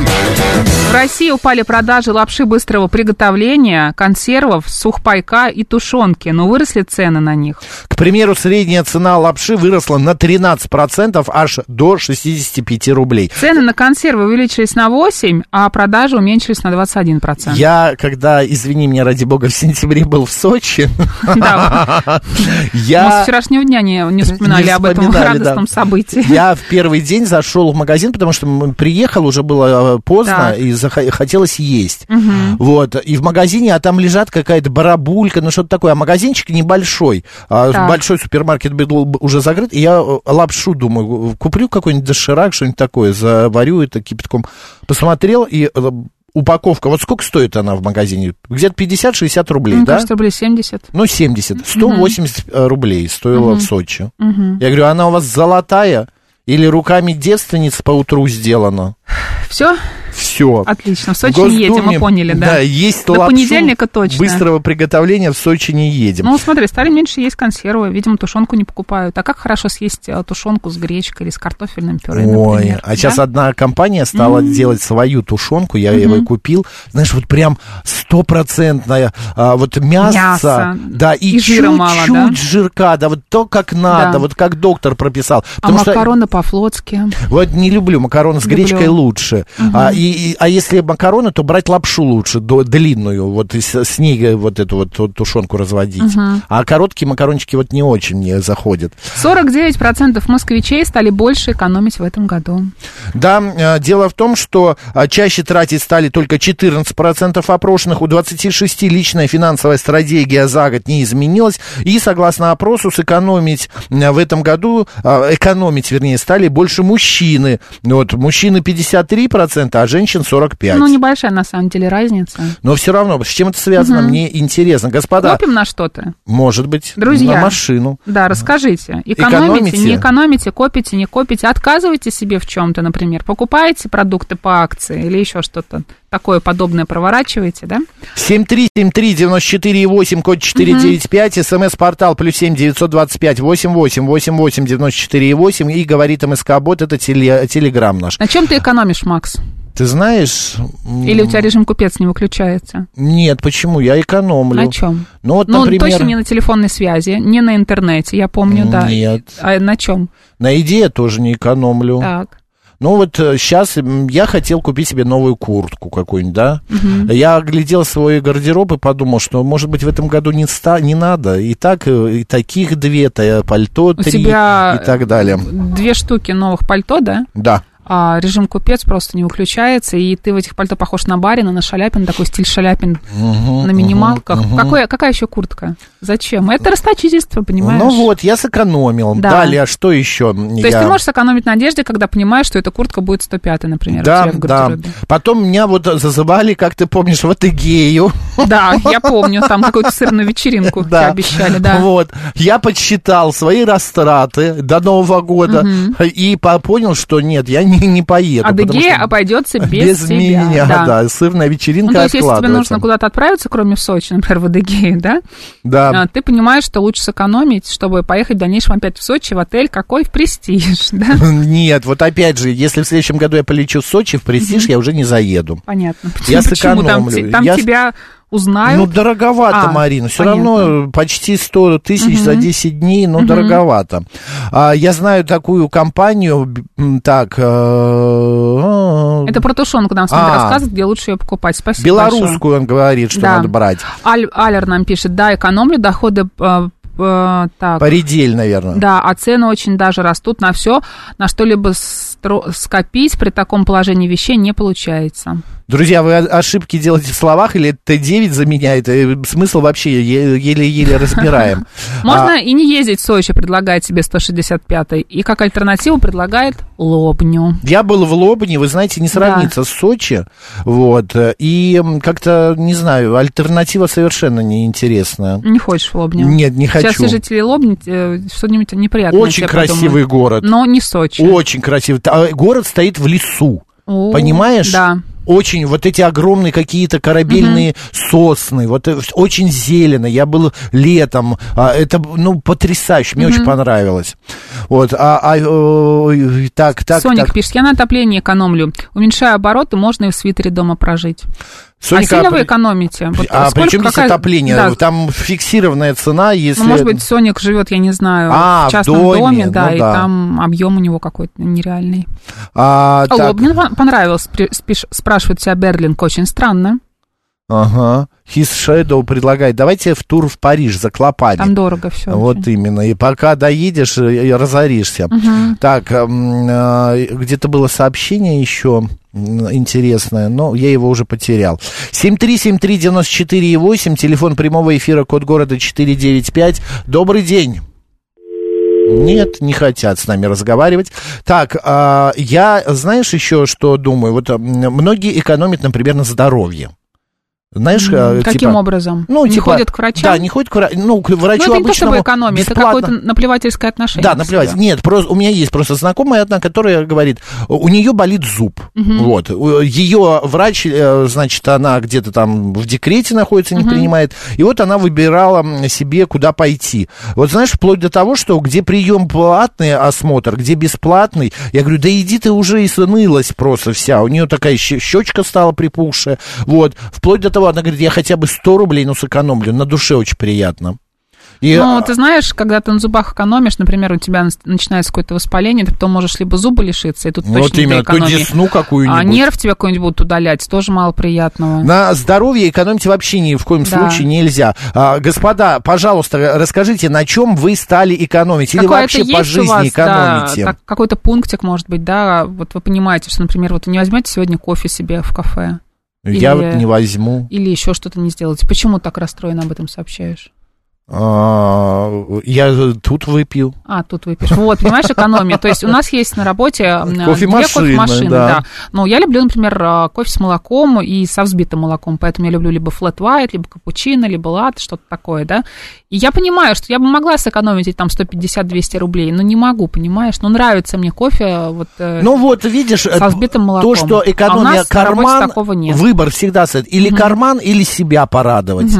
В России упали продажи лапши быстрого приготовления, консервов, сухпайка и тушенки, но выросли цены на них. К примеру, средняя цена лапши выросла на 13%, аж до 65 рублей. Цены на консервы увеличились на 8, а продажи уменьшились на 21%. Я, когда, извини меня, ради бога, в сентябре был в Сочи, Да, мы с я... вчерашнего дня не, не вспоминали Не об этом вспоминали, радостном да. событии. Я в первый день зашел в магазин, потому что м, приехал, уже было э, поздно, Так. и захо- хотелось есть. Вот. И в магазине, а там лежат какая-то барабулька, ну что-то такое. А магазинчик небольшой. А, Так. Большой супермаркет был б- уже закрыт. И я э, лапшу думаю, э, куплю какой-нибудь доширак, что-нибудь такое, заварю это кипятком. Посмотрел, и э, упаковка, вот сколько стоит она в магазине? Где-то 50-60 рублей, Мне да? Ну, кажется, рублей 70. Ну, 70. 180 э, рублей стоила в Сочи. Я говорю, она у вас золотая или руками девственниц по утру сделана? Все? А Все. Отлично. В Сочи не едем, мы поняли, да. Да, есть До лапшу понедельника точно. быстрого приготовления в Сочи не едем. Ну, смотри, стали меньше есть консервы, видимо, тушенку не покупают. А как хорошо съесть э, тушенку с гречкой или с картофельным пюре, Ой, например. а сейчас Да? одна компания стала делать свою тушенку, я его и купил. Знаешь, вот прям стопроцентное а, вот мясо, Мясо. да, и, И жира чуть-чуть мало, да? жирка, да, вот то, как надо, Да. вот как доктор прописал. А Потому что- макароны по-флотски. Вот не люблю макароны с Люблю. гречкой лучше. А, и, и- а если макароны, то брать лапшу лучше, до- длинную, вот и с, с ней э, вот эту вот ту- тушенку разводить. А короткие макарончики вот не очень мне заходят. 49% москвичей стали больше экономить в этом году. Да, э, дело в том, что э, чаще тратить стали только 14% опрошенных, у 26 личная финансовая стратегия за год не изменилась, и согласно опросу сэкономить э, в этом году, э, экономить, вернее, стали больше мужчины. Вот, мужчины 53%, а женщин 45%. Ну, небольшая, на самом деле, разница. Но все равно, с чем это связано, мне интересно. Господа, Копим на что-то. может быть, Ну, Друзья. на машину. Да, расскажите. Экономите, Экономите? не экономите, копите, не копите. Отказываете себе в чем-то, например. Покупаете продукты по акции или еще что-то такое подобное проворачиваете, да? 7373948, код 495, смс-портал плюс 7 925 88 94 8 и говорит МСК-бот, это теле- телеграм наш. На чем ты экономишь, Макс? Ты знаешь... Или Ну. у тебя режим купец не выключается? Нет, почему? Я экономлю. На чем? Ну, вот, А Ну, например... точно не на телефонной связи, не на интернете, я помню, да. Нет. А на чем? На еде я тоже не экономлю. Так. Ну вот сейчас я хотел купить себе новую куртку какую-нибудь, да? Я оглядел свой гардероб и подумал, что, может быть, в этом году не, ста, не надо. И так, э, и таких две, то пальто У три тебя- э, и так далее. Две штуки новых пальто, да? Да. А режим купец просто не выключается, и ты в этих пальто похож на барина, на шаляпин, такой стиль шаляпин на минималках. Какое- какая еще куртка? Зачем? Это расточительство, понимаешь? Ну вот, я сэкономил. Да. Далее, а что еще? То есть ты можешь сэкономить на одежде, когда понимаешь, что эта куртка будет 105, например, у Да, тебя в да. гардеробе. Потом меня вот зазывали, как ты помнишь, в Адыгею. Да, я помню, там какую-то сырную вечеринку тебе Да. обещали, да. Вот. Я подсчитал свои растраты до Нового года Мгм. и по- понял, что нет, я не, не поеду. потому Адыгея что обойдется А без, без тебя. меня, да. Сырная Ну, вечеринка то есть, если тебе откладывается. нужно куда-то отправиться, кроме в Сочи, например, в Адыгею, да, Да. а, ты понимаешь, что лучше сэкономить, чтобы поехать в дальнейшем опять в Сочи, в отель какой? В престиж, да? Нет, вот опять же, если в следующем году я полечу в Сочи, в престиж, я уже не заеду. Понятно. Я Почему там, те- сэкономлю. там Я с- тебя узнают? Ну, дороговато, А, Марина. Все понятно. равно э, почти 100 тысяч за 10 дней, но Мгм. дороговато. А, я знаю такую компанию, б- м, так... э, Это про тушенку нам с вами А. рассказывают, где лучше ее покупать. Спасибо большое. Белорусскую он говорит, что Да. надо брать. Аль- Алер нам пишет, да, экономлю доходы... э, э, так. Паридель, наверное. Да, а цены очень даже растут на все, на что-либо стро- скопить при таком положении вещей не получается. Друзья, вы о- ошибки делаете в словах, или Т9 заменяет? э, Смысл вообще е- еле-еле разбираем. Можно А, и не ездить в Сочи, предлагает себе 165-й, и как альтернативу предлагает Лобню. Я был в Лобне, вы знаете, не сравнится с Сочи, вот, э, и м, как-то, не знаю, альтернатива совершенно неинтересная. Не хочешь в Лобню? Нет, не Сейчас хочу. все жители Лобни э, что-нибудь неприятное Очень тебе придумают. красивый город. Но не Сочи. Очень красивый. Та- э, Город стоит в лесу. О, Понимаешь? Да. Очень вот эти огромные какие-то корабельные сосны, вот э, очень зелено. Я был летом, а, это ну потрясающе, мне очень понравилось. Вот, а, а, э, так, так, Соник так. пишет, я на отоплении экономлю. Уменьшаю обороты, можно и в свитере дома прожить. Соник, а сильно а вы при- экономите? Вот А сколько- при чем здесь какая- отопление? Да, Там фиксированная цена, если... Ну, может быть, Соник живет, я не знаю, А, в в частном доме, доме, да, ну и да. там объем у него какой-то нереальный. А, Алло, так, мне пон- понравилось, при- спиш- спрашивает тебя Берлинг, очень странно, Ага. His Shadow предлагает, давайте в тур в Париж за клопами. там дорого все. Вот именно. И пока доедешь, э, и разоришься. Так, эм, э, где-то было сообщение еще м, интересное, но я его уже потерял. 7373948, телефон прямого эфира, код города 495. Добрый день. Нет, не хотят с нами разговаривать. Так, а, я, знаешь, еще что думаю? Вот а, м, многие экономят, например, на здоровье. Знаешь, а, Каким типа- образом? ну, не типа, ходят к врачам? Да, не ходят к врачам. Ну, к Ну, врачу это не то обычному чтобы экономия, бесплатно. это какое-то наплевательское отношение. Да, к наплевать. себе. Нет, просто у меня есть просто знакомая одна, которая говорит, у нее болит зуб. Вот. У- Ее врач, э, значит, она где-то там в декрете находится, не принимает. И вот она выбирала м, себе, куда пойти. Вот знаешь, вплоть до того, что где прием платный осмотр, где бесплатный. Я говорю, да иди ты уже и снылась просто вся. У нее такая щ- щечка стала припухшая. Вот. Вплоть до того, она говорит, я хотя бы 100 рублей, ну, сэкономлю. На душе очень приятно. И, а, Ну, ты знаешь, когда ты на зубах экономишь, например, у тебя нас- начинается какое-то воспаление, ты потом можешь либо зубы лишиться, и тут Вот точно ты именно, то экономия. десну какую-нибудь. А нерв тебе какой-нибудь будут удалять, тоже мало приятного. На здоровье экономить вообще ни в коем Да. случае нельзя. А, господа, пожалуйста, расскажите, на чем вы стали экономить? Или Какое-то вообще по есть у жизни вас, да, экономите? так, какой-то пунктик, может быть, да, вот вы понимаете, что, например, вот вы не возьмете сегодня кофе себе в кафе Я или- вот не возьму. или еще что-то не сделаете. Почему так расстроен об этом сообщаешь? А, я тут выпью. А, тут выпьешь. Вот, понимаешь, экономия. То есть у нас есть на работе м, две Кофемашины, кофемашины, да. да. Но я люблю, например, а, кофе с молоком и со взбитым молоком, поэтому я люблю либо флэт white, либо капучино, либо лат, что-то такое, да. И я понимаю, что я бы могла сэкономить эти там 150-200 рублей, но не могу, понимаешь. Но нравится мне кофе, вот... э, Ну вот, видишь, Со взбитым молоком. то, что А экономия у нас на работе карман, такого нет. выбор всегда стоит. Или карман, или себя порадовать.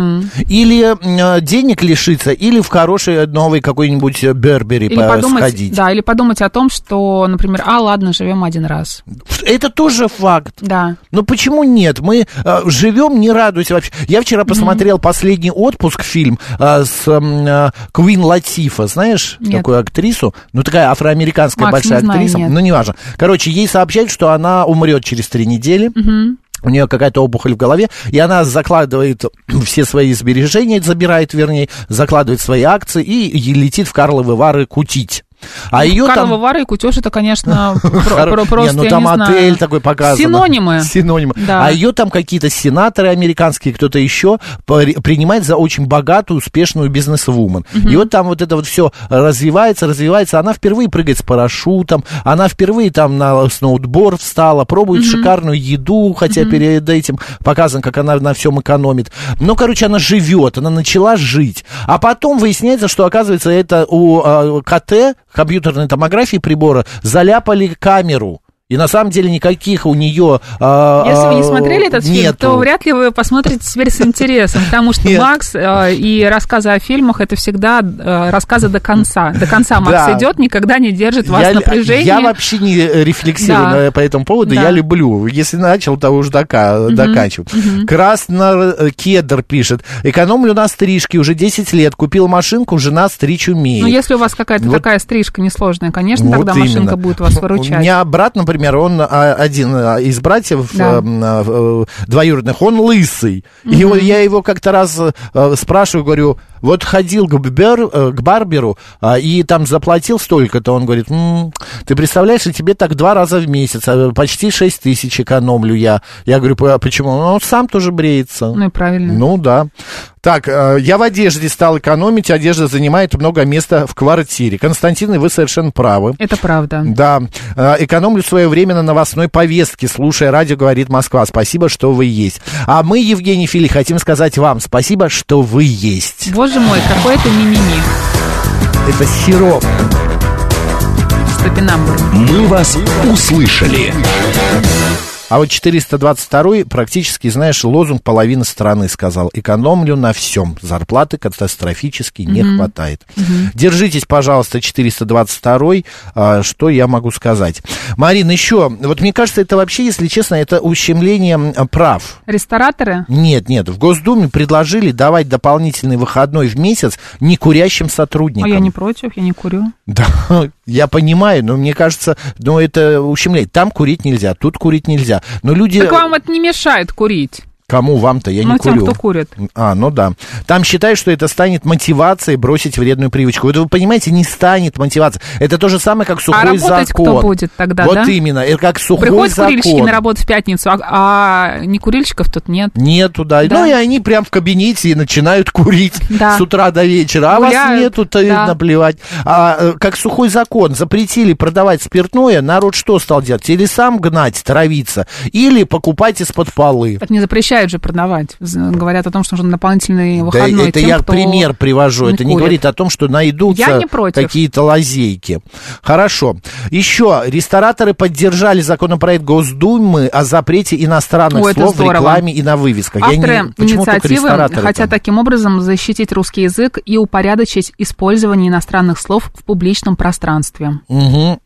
Или м, денег лишиться решиться, или в хороший новый какой-нибудь э, Бербери Или по- подумать, сходить. да, или подумать о том, что, например, а, ладно, живем один раз. Это тоже факт. Да. Но Ну, почему нет? Мы э, живем, не радуясь вообще. Я вчера посмотрел последний отпуск фильм э, с эм, э, Квин Латифа, знаешь, Нет. такую актрису, ну такая афроамериканская Макс, большая не знаю, актриса, нет. ну неважно. Короче, ей сообщают, что она умрет через три недели. Мгм. У нее какая-то опухоль в голове, и она закладывает все свои сбережения, забирает, вернее, закладывает свои акции и е- летит в Карловы Вары кутить. А ее Карлова там... Вара и кутеж это, конечно, про- Хоро- Ну, про- просто, не, ну я там не знаю. отель такой показан. Синонимы. Синонимы. Да. А ее там какие-то сенаторы американские, кто-то еще пори- принимает за очень богатую, успешную бизнес-вумен. И вот там вот это вот все развивается, развивается. Она впервые прыгает с парашютом, она впервые там на сноутборд встала, пробует шикарную еду, хотя перед этим показано, как она на всем экономит. Ну, короче, она живет, она начала жить. А потом выясняется, что, оказывается, это у э, КТ, компьютерной томографии прибора, заляпали камеру. И на самом деле никаких у нее... а, ну, Если вы не а, смотрели этот фильм, нету. то вряд ли вы посмотрите теперь с интересом, потому что Нет. Макс э, и рассказы о фильмах это всегда э, рассказы до конца. До конца Макс Да. идет, никогда не держит вас я, напряжение. я вообще не э, рефлексирую Да. на- по этому поводу. Да. Я люблю. Если начал, то уж дока- доканчиваю. Краснокедр пишет. Экономлю на стрижке уже 10 лет. Купил машинку, жена стричь умеет. Ну, если у вас какая-то Вот- такая стрижка несложная, конечно, Вот тогда машинка именно. будет вас выручать. У меня брат, например, он а, один а, из братьев Да. эм, а, э, двоюродных, он лысый. И вот я его как-то раз э, спрашиваю, говорю, вот ходил к, бер- э, к барберу а, и там заплатил столько-то, он говорит, «М, ты представляешь, и тебе так два раза в месяц, а, почти 6 тысяч экономлю я. Я говорю, «А почему? Он сам тоже бреется. Ну и правильно. Ну да. Так, э, я в одежде стал экономить, одежда занимает много места в квартире. Константин, и вы совершенно правы. Это правда. Да, Э, экономлю свое время на новостной повестке, слушая радио «Говорит Москва». Спасибо, что вы есть. А мы, Евгений Фили, хотим сказать вам спасибо, что вы есть. Боже мой, какой это мимими. Это сироп. Стопинамбур. «Мы вас услышали». А вот 422 практически, знаешь, лозунг половины страны сказал. Экономлю на всем. Зарплаты катастрофически не хватает. Держитесь, пожалуйста, 422 а, Что я могу сказать? Марин, еще, вот мне кажется, это вообще, если честно, это ущемление м, прав. Рестораторы? Нет, нет, в Госдуме предложили давать дополнительный выходной в месяц некурящим А сотрудникам. я не против, я не курю. Да, я понимаю, но мне кажется, ну это ущемляет. Там курить нельзя, тут курить нельзя. Но люди... Так вам это не мешает курить. Кому вам-то? Э, Я ну, не тем, курю. кто курит. А, ну да. Там считают, что это станет мотивацией бросить вредную привычку. Вот вы понимаете, не станет мотивацией. Это то же самое, как сухой а работать закон. кто будет тогда, вот да? именно, это как сухой Приходят закон. курильщики на работу в пятницу, а, а не курильщиков тут нет. Нету, да. Да. Ну и они прям в кабинете и начинают курить Да. с утра до вечера. А вас Гуляют, нету, то и да. наплевать. А, э, как сухой закон, запретили продавать спиртное, народ что стал делать? Или сам гнать, травиться, или покупать из-под полы. Так не запрещают же продавать. З- Говорят о том, что нужен дополнительный Да, выходной. это тем, я кто пример привожу. не Это не курит. говорит о том, что найдутся Я не против. какие-то лазейки. Хорошо. Еще рестораторы поддержали законопроект Госдумы о запрете иностранных О, это слов в здорово. рекламе и на вывесках. Я не- Авторы почему только инициативы рестораторы-то? хотят таким образом защитить русский язык и упорядочить использование иностранных слов в публичном пространстве. Мгм.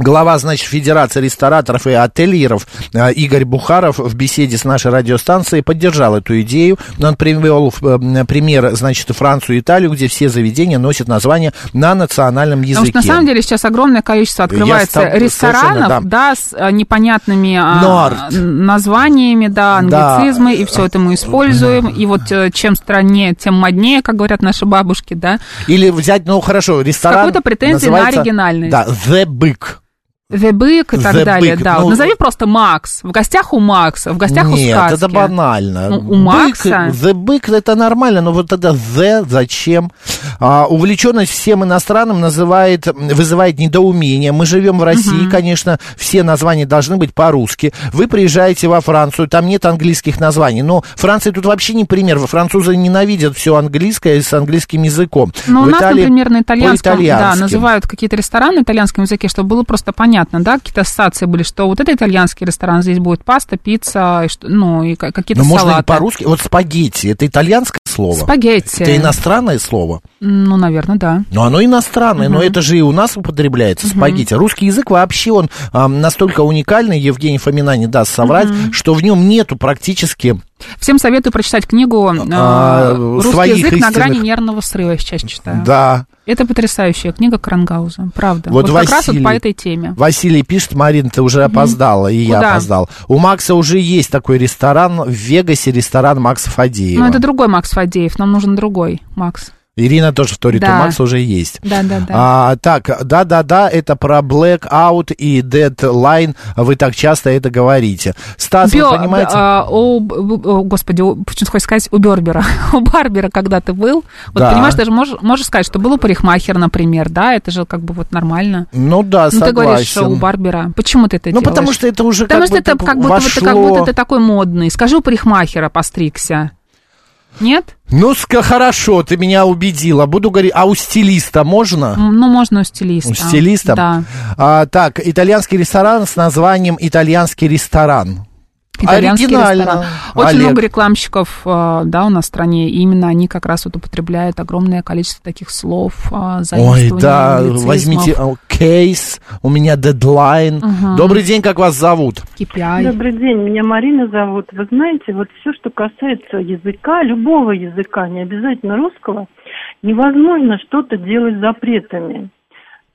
Глава, значит, Федерации рестораторов и отельеров э, Игорь Бухаров в беседе с нашей радиостанцией поддержал эту идею. Он привел в, э, пример, значит, Францию и Италию, где все заведения носят название на национальном Потому языке. что на самом деле сейчас огромное количество открывается с тобой ресторанов, совершенно, да. с э, непонятными а, Норд. названиями, да, Да. англицизмы, и все это мы используем. И вот э, чем страннее, тем моднее, как говорят наши бабушки, да. Или взять, ну хорошо, ресторан. какой-то претензией на называется- оригинальность. Да, The Бык. The Big и так The далее, Big, да. Вот ну- назови просто Макс. В гостях у Макса, в гостях у Нет, сказки. это банально. Ну, у Бык- Макса? The Бык это нормально, но вот это The зачем? А, увлеченность всем иностранным называет, вызывает недоумение. Мы живем в России, конечно, все названия должны быть по-русски. Вы приезжаете во Францию, там нет английских названий. Но Франция тут вообще не пример. Французы ненавидят все английское и с английским языком. Ну, у В нас, Италии например, на итальянском, да, по-итальянски. называют какие-то рестораны на итальянском языке, чтобы было просто понятно, да, какие-то ассоциации были, что вот это итальянский ресторан, здесь будет паста, пицца, и что, ну, и ка- какие-то Ну, можно и салаты. по-русски. Вот спагетти, это итальянское слово? Спагетти. Это иностранное слово? Ну, наверное, да. Но оно иностранное, но это же и у нас употребляется, спагетти. Русский язык вообще, он а, настолько уникальный, Евгений Фомина не даст соврать, что в нем нету практически... Всем советую прочитать книгу э, А, «Русский своих язык на истинных. грани нервного срыва», я сейчас читаю. Да. Это потрясающая книга Крангауза, правда. Вот Вот, как раз вот Василий. по этой теме. Василий пишет, Марин, ты уже опоздала, и я Куда? опоздал. У Макса уже есть такой ресторан в Вегасе, ресторан Макса Фадеева. Но Ну, это другой Макс Фадеев, нам нужен другой Макс. Ирина тоже вторит, Да. у Макса уже есть. Да, да, да. А, так, да-да-да, это про blackout и deadline, вы так часто это говорите. Стас, Био- вы понимаете? а, у, у- господи, у- почему хочешь сказать, у Бербера, у Барбера, когда ты был, вот Да. понимаешь, даже можешь, можешь сказать, что был у парикмахера, например, да, это же как бы вот нормально. Ну да, Ну, ты согласен. говоришь, что у Барбера. Почему ты это Ну, делаешь? потому что это уже Потому как что будто это бы как будто, вот ты- как вошло. будто ты такой модный. Скажи у парикмахера постригся. Нет? Ну, ска- хорошо, ты меня убедила. Буду говорить, а у стилиста можно? М, Ну, можно у стилиста. У стилиста? Да. А, так, итальянский ресторан с названием «Итальянский ресторан». Итальянский Оригинально. ресторан. Очень Олег. много рекламщиков, э, да, у нас в стране, и именно они как раз вот употребляют огромное количество таких слов, э, Ой, заимствований, да, англицизмов. возьмите а, кейс, у меня дедлайн. Мгм. Добрый день, как вас зовут? KPI. Добрый день, меня Марина зовут. Вы знаете, вот все, что касается языка, любого языка, не обязательно русского, невозможно что-то делать запретами.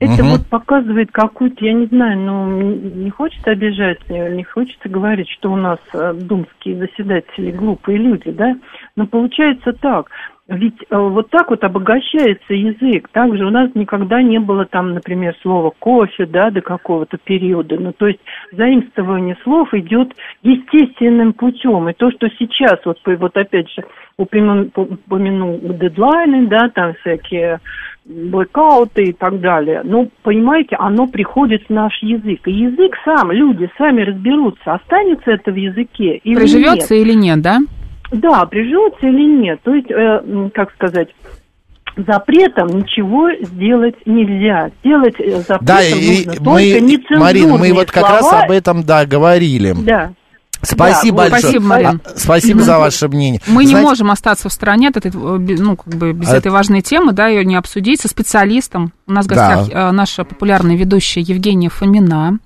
Это Мгм. вот показывает какую-то, я не знаю, ну, м, не хочется обижать, э, не хочется говорить, что у нас э, думские заседатели глупые люди, да, но получается так. Ведь э, вот так вот обогащается язык. Также у нас никогда не было там, например, слова кофе, да, до какого-то периода. Ну, то есть заимствование слов идет естественным путем. И то, что сейчас, вот, по- вот опять же, упомя- по- упомянул дедлайны, да, там всякие блэкауты и так далее. Ну, понимаете, оно приходит в наш язык. И язык сам, люди сами разберутся, останется это в языке или нет. Приживется или нет, да? Да, приживется или нет. То есть, э, м, как сказать, запретом ничего сделать нельзя. Сделать э, запретом Да, и нужно только мы, нецензурные Марина, мы вот как раз слова. об этом, да, говорили. Да. Спасибо Да, вот большое. спасибо, Марин. А, спасибо за ваше мнение. Мы не Знаете, можем остаться в стороне от этой, э, бе- ну, как бы без А- этой важной темы, да, ее не обсудить со специалистом. У нас в Да. гостях э, наша популярная ведущая Евгения Фомина.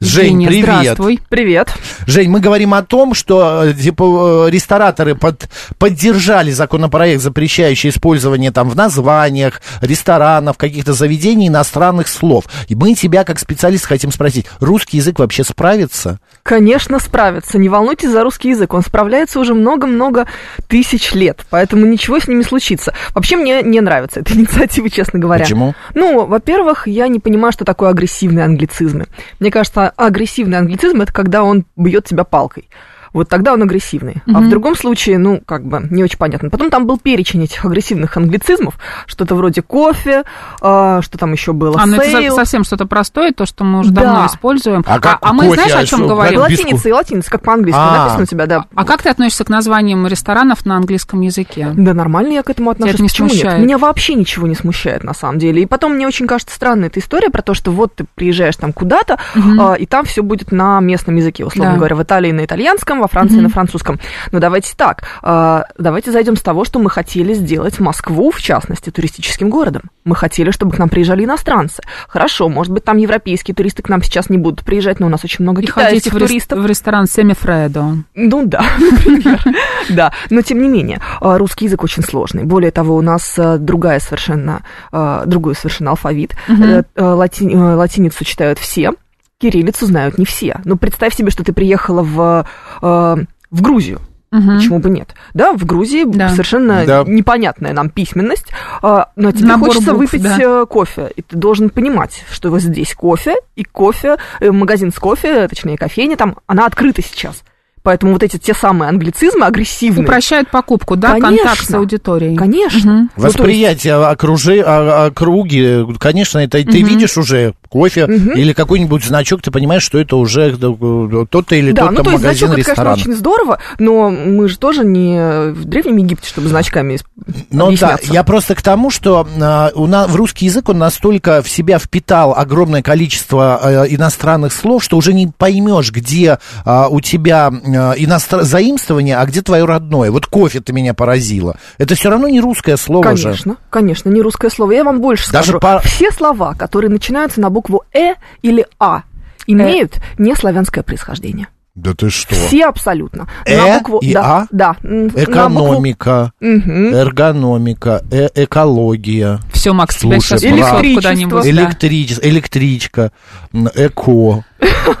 Жень, Евгения, привет. здравствуй. Привет. Жень, мы говорим о том, что э, типа, э, рестораторы под- поддержали законопроект, запрещающий использование там в названиях ресторанов, каких-то заведений иностранных слов. И мы тебя, как специалист, хотим спросить, русский язык вообще справится? Конечно, справится. Не волнуйтесь за русский язык. Он справляется уже много-много тысяч лет. Поэтому ничего с ним не случится. Вообще мне не нравится эта инициатива, честно говоря. Почему? Ну, во-первых, я не понимаю, что такое агрессивные англицизмы. Мне кажется, агрессивный англицизм – это когда он бьет тебя палкой. Вот тогда он агрессивный. А в Мгм. другом случае, ну, как бы, не очень понятно. Потом там был перечень этих агрессивных англицизмов. Что-то вроде кофе, а, что там еще было? А, ну это Сейл. со- совсем что-то простое, то, что мы уже Да. давно используем. А как мы, кофе, знаешь, а о чем что, говорим? как без Латиница ку- и латиница, как по-английски А. написано у тебя, да. А как ты относишься к названиям ресторанов на английском языке? Да нормально я к этому отношусь. это не Почему нет? смущает? Меня вообще ничего не смущает, на самом деле. И потом мне очень кажется странная эта история про то, что вот ты приезжаешь там куда-то, Мгм. а, и там все будет на местном языке, условно Да. говоря. В Италии на итальянском, во Франции Мгм. на французском. Но давайте так. а, давайте зайдем с того, что мы хотели сделать Москву, в частности, туристическим городом. Мы хотели, чтобы к нам приезжали иностранцы. Хорошо, может быть, там европейские туристы к нам сейчас не будут приезжать, но у нас очень много И ходить китайских в, рес- туристов. в ресторан Семифредо. Ну да, например. Да, но тем не менее, а, русский язык очень сложный. Более того, у нас а, другая совершенно, а, другой совершенно алфавит. Мгм. Э, э, лати- э, Латиницу читают все, кириллицу знают не все. Но представь себе, что ты приехала в, э, в Грузию. Почему бы нет? Да, в Грузии совершенно Да. непонятная нам письменность, а, но тебе Набор хочется букв, выпить да. э, э, кофе, и ты должен понимать, что вот здесь кофе, и кофе, э, магазин с кофе, точнее кофейня, там, она открыта сейчас. Поэтому вот эти те самые англицизмы агрессивные. Упрощают покупку, да, контакт с аудиторией. Конечно. Ну, то есть- а, Восприятие окружи, о- округи, конечно, это ты видишь уже кофе или какой-нибудь значок, ты понимаешь, что это уже тот-то или да, тот-то ну то есть магазин, значок, это, конечно, ресторан. очень здорово, но мы же тоже не в Древнем Египте, чтобы значками исп- Ну да, объясняться. я просто к тому, что э, у нас в русский язык он настолько в себя впитал огромное количество э, иностранных слов, что уже не поймешь, где э, у тебя э, иностра- заимствование, а где твое родное. Вот кофе ты меня поразило. Это все равно не русское слово же. Конечно, ну, конечно, не русское слово. Я вам больше Даже скажу. по- Все слова, которые начинаются на букву «э» или «а», имеют неславянское происхождение. Да ты что? Все абсолютно. «Э» на букву и да, «а»? да, м, на букву- Экономика, Мгм. эргономика, э- экология. Все, Макс, тебя Слушай, сейчас унесут правда. куда-нибудь. да. Электрич- электричка, м, эко.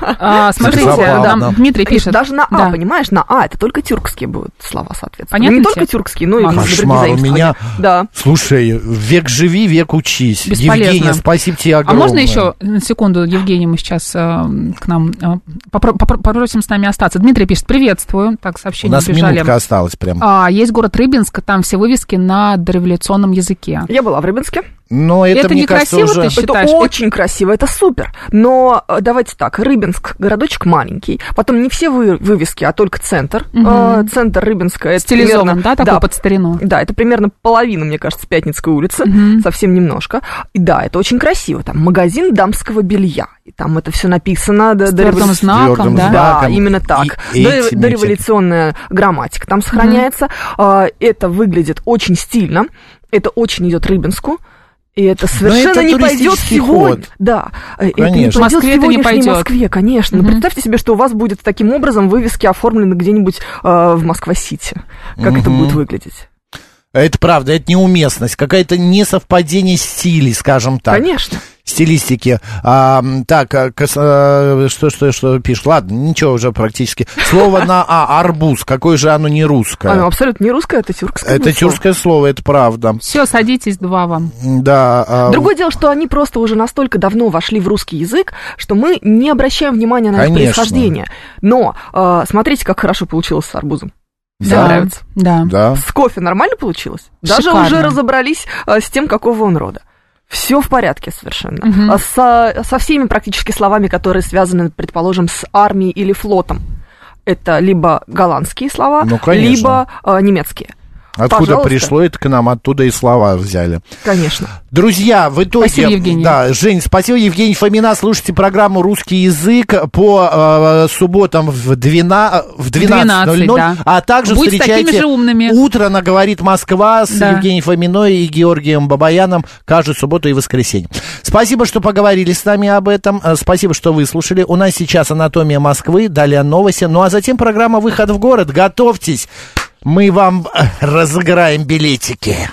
А, смотрите, Забавно. нам Дмитрий пишет. Конечно, Даже на «а», Да. понимаешь, на «а» это только тюркские будут слова, соответственно. Понятно не тебе? только тюркские, но и Ага. другие Кошмар у заимствования. меня. Да. Слушай, век живи, век учись. Бесполезно. Евгения, спасибо тебе А огромное. можно еще на секунду Евгению мы сейчас э, к нам э, попро- попро- попросим с нами остаться? Дмитрий пишет, приветствую. Так, У сообщение нас убежали. минутка осталась прям. А, есть город Рыбинск, там все вывески на дореволюционном языке. Я была в Рыбинске. Но это, это мне кажется, некрасиво уже... ты считаешь? Это очень красиво, это супер. Но э, давайте так, Рыбинск городочек маленький, потом не все вы- вывески, а только центр. Мгм. Э, Центр Рыбинска это Стилизован, примерно- да, такой под старину? Да, это примерно половина, мне кажется, Пятницкой улицы, Мгм. совсем немножко. И да, это очень красиво. Там магазин дамского белья, и там это все написано до, С до твердым револю- знаком, твердым да? знаком. Да, именно И так. этим, До- этим. Дореволюционная грамматика там сохраняется. А, Это выглядит очень стильно. Это очень идет Рыбинску. И это совершенно это не пойдет туристический сегодня. ход. Да, Э, это не Конечно. пойдет Москве это не сегодняшней пойдет. Москве, конечно. Но Мгм. представьте себе, что у вас будет таким образом вывески оформлены где-нибудь э, в Москва-Сити. Как это Мгм. будет выглядеть? Это правда, это неуместность, какое-то несовпадение стилей, скажем так. Конечно. Стилистики. А, м, так, а, кос- а, что, что, что пишешь? Ладно, ничего уже практически. Слово на А, арбуз, какое же оно не русское. Оно абсолютно не русское, это тюркское. это будет слово. тюркское слово, это правда. Все, садитесь, два вам. М, Да. а, Другое дело, что они просто уже настолько давно вошли в русский язык, что мы не обращаем внимания на Конечно. их происхождение. Но э, смотрите, как хорошо получилось с арбузом. Всем да, нравится. Да. да. С кофе нормально получилось? Даже Шикарно. уже разобрались э, с тем, какого он рода. Все в порядке совершенно. Мгм. А со, со всеми практически словами, которые связаны, предположим, с армией или флотом. Это либо голландские слова, Ну, конечно. либо э, немецкие. Откуда Пожалуйста. пришло это к нам, оттуда и слова взяли. Конечно. Друзья, в итоге... Спасибо, Евгений. Да, Жень, спасибо, Евгений Фомина. Слушайте программу «Русский язык» по э, субботам в, 12, в 12.00. 12, да. А также Будьте такими встречайте же умными. «Утро на говорит Москва» с Да. Евгением Фоминой и Георгием Бабаяном каждую субботу и воскресенье. Спасибо, что поговорили с нами об этом. Э, Спасибо, что выслушали. У нас сейчас «Анатомия Москвы», далее новости. Ну а затем программа «Выход в город». Готовьтесь. Мы вам э, разыграем билетики.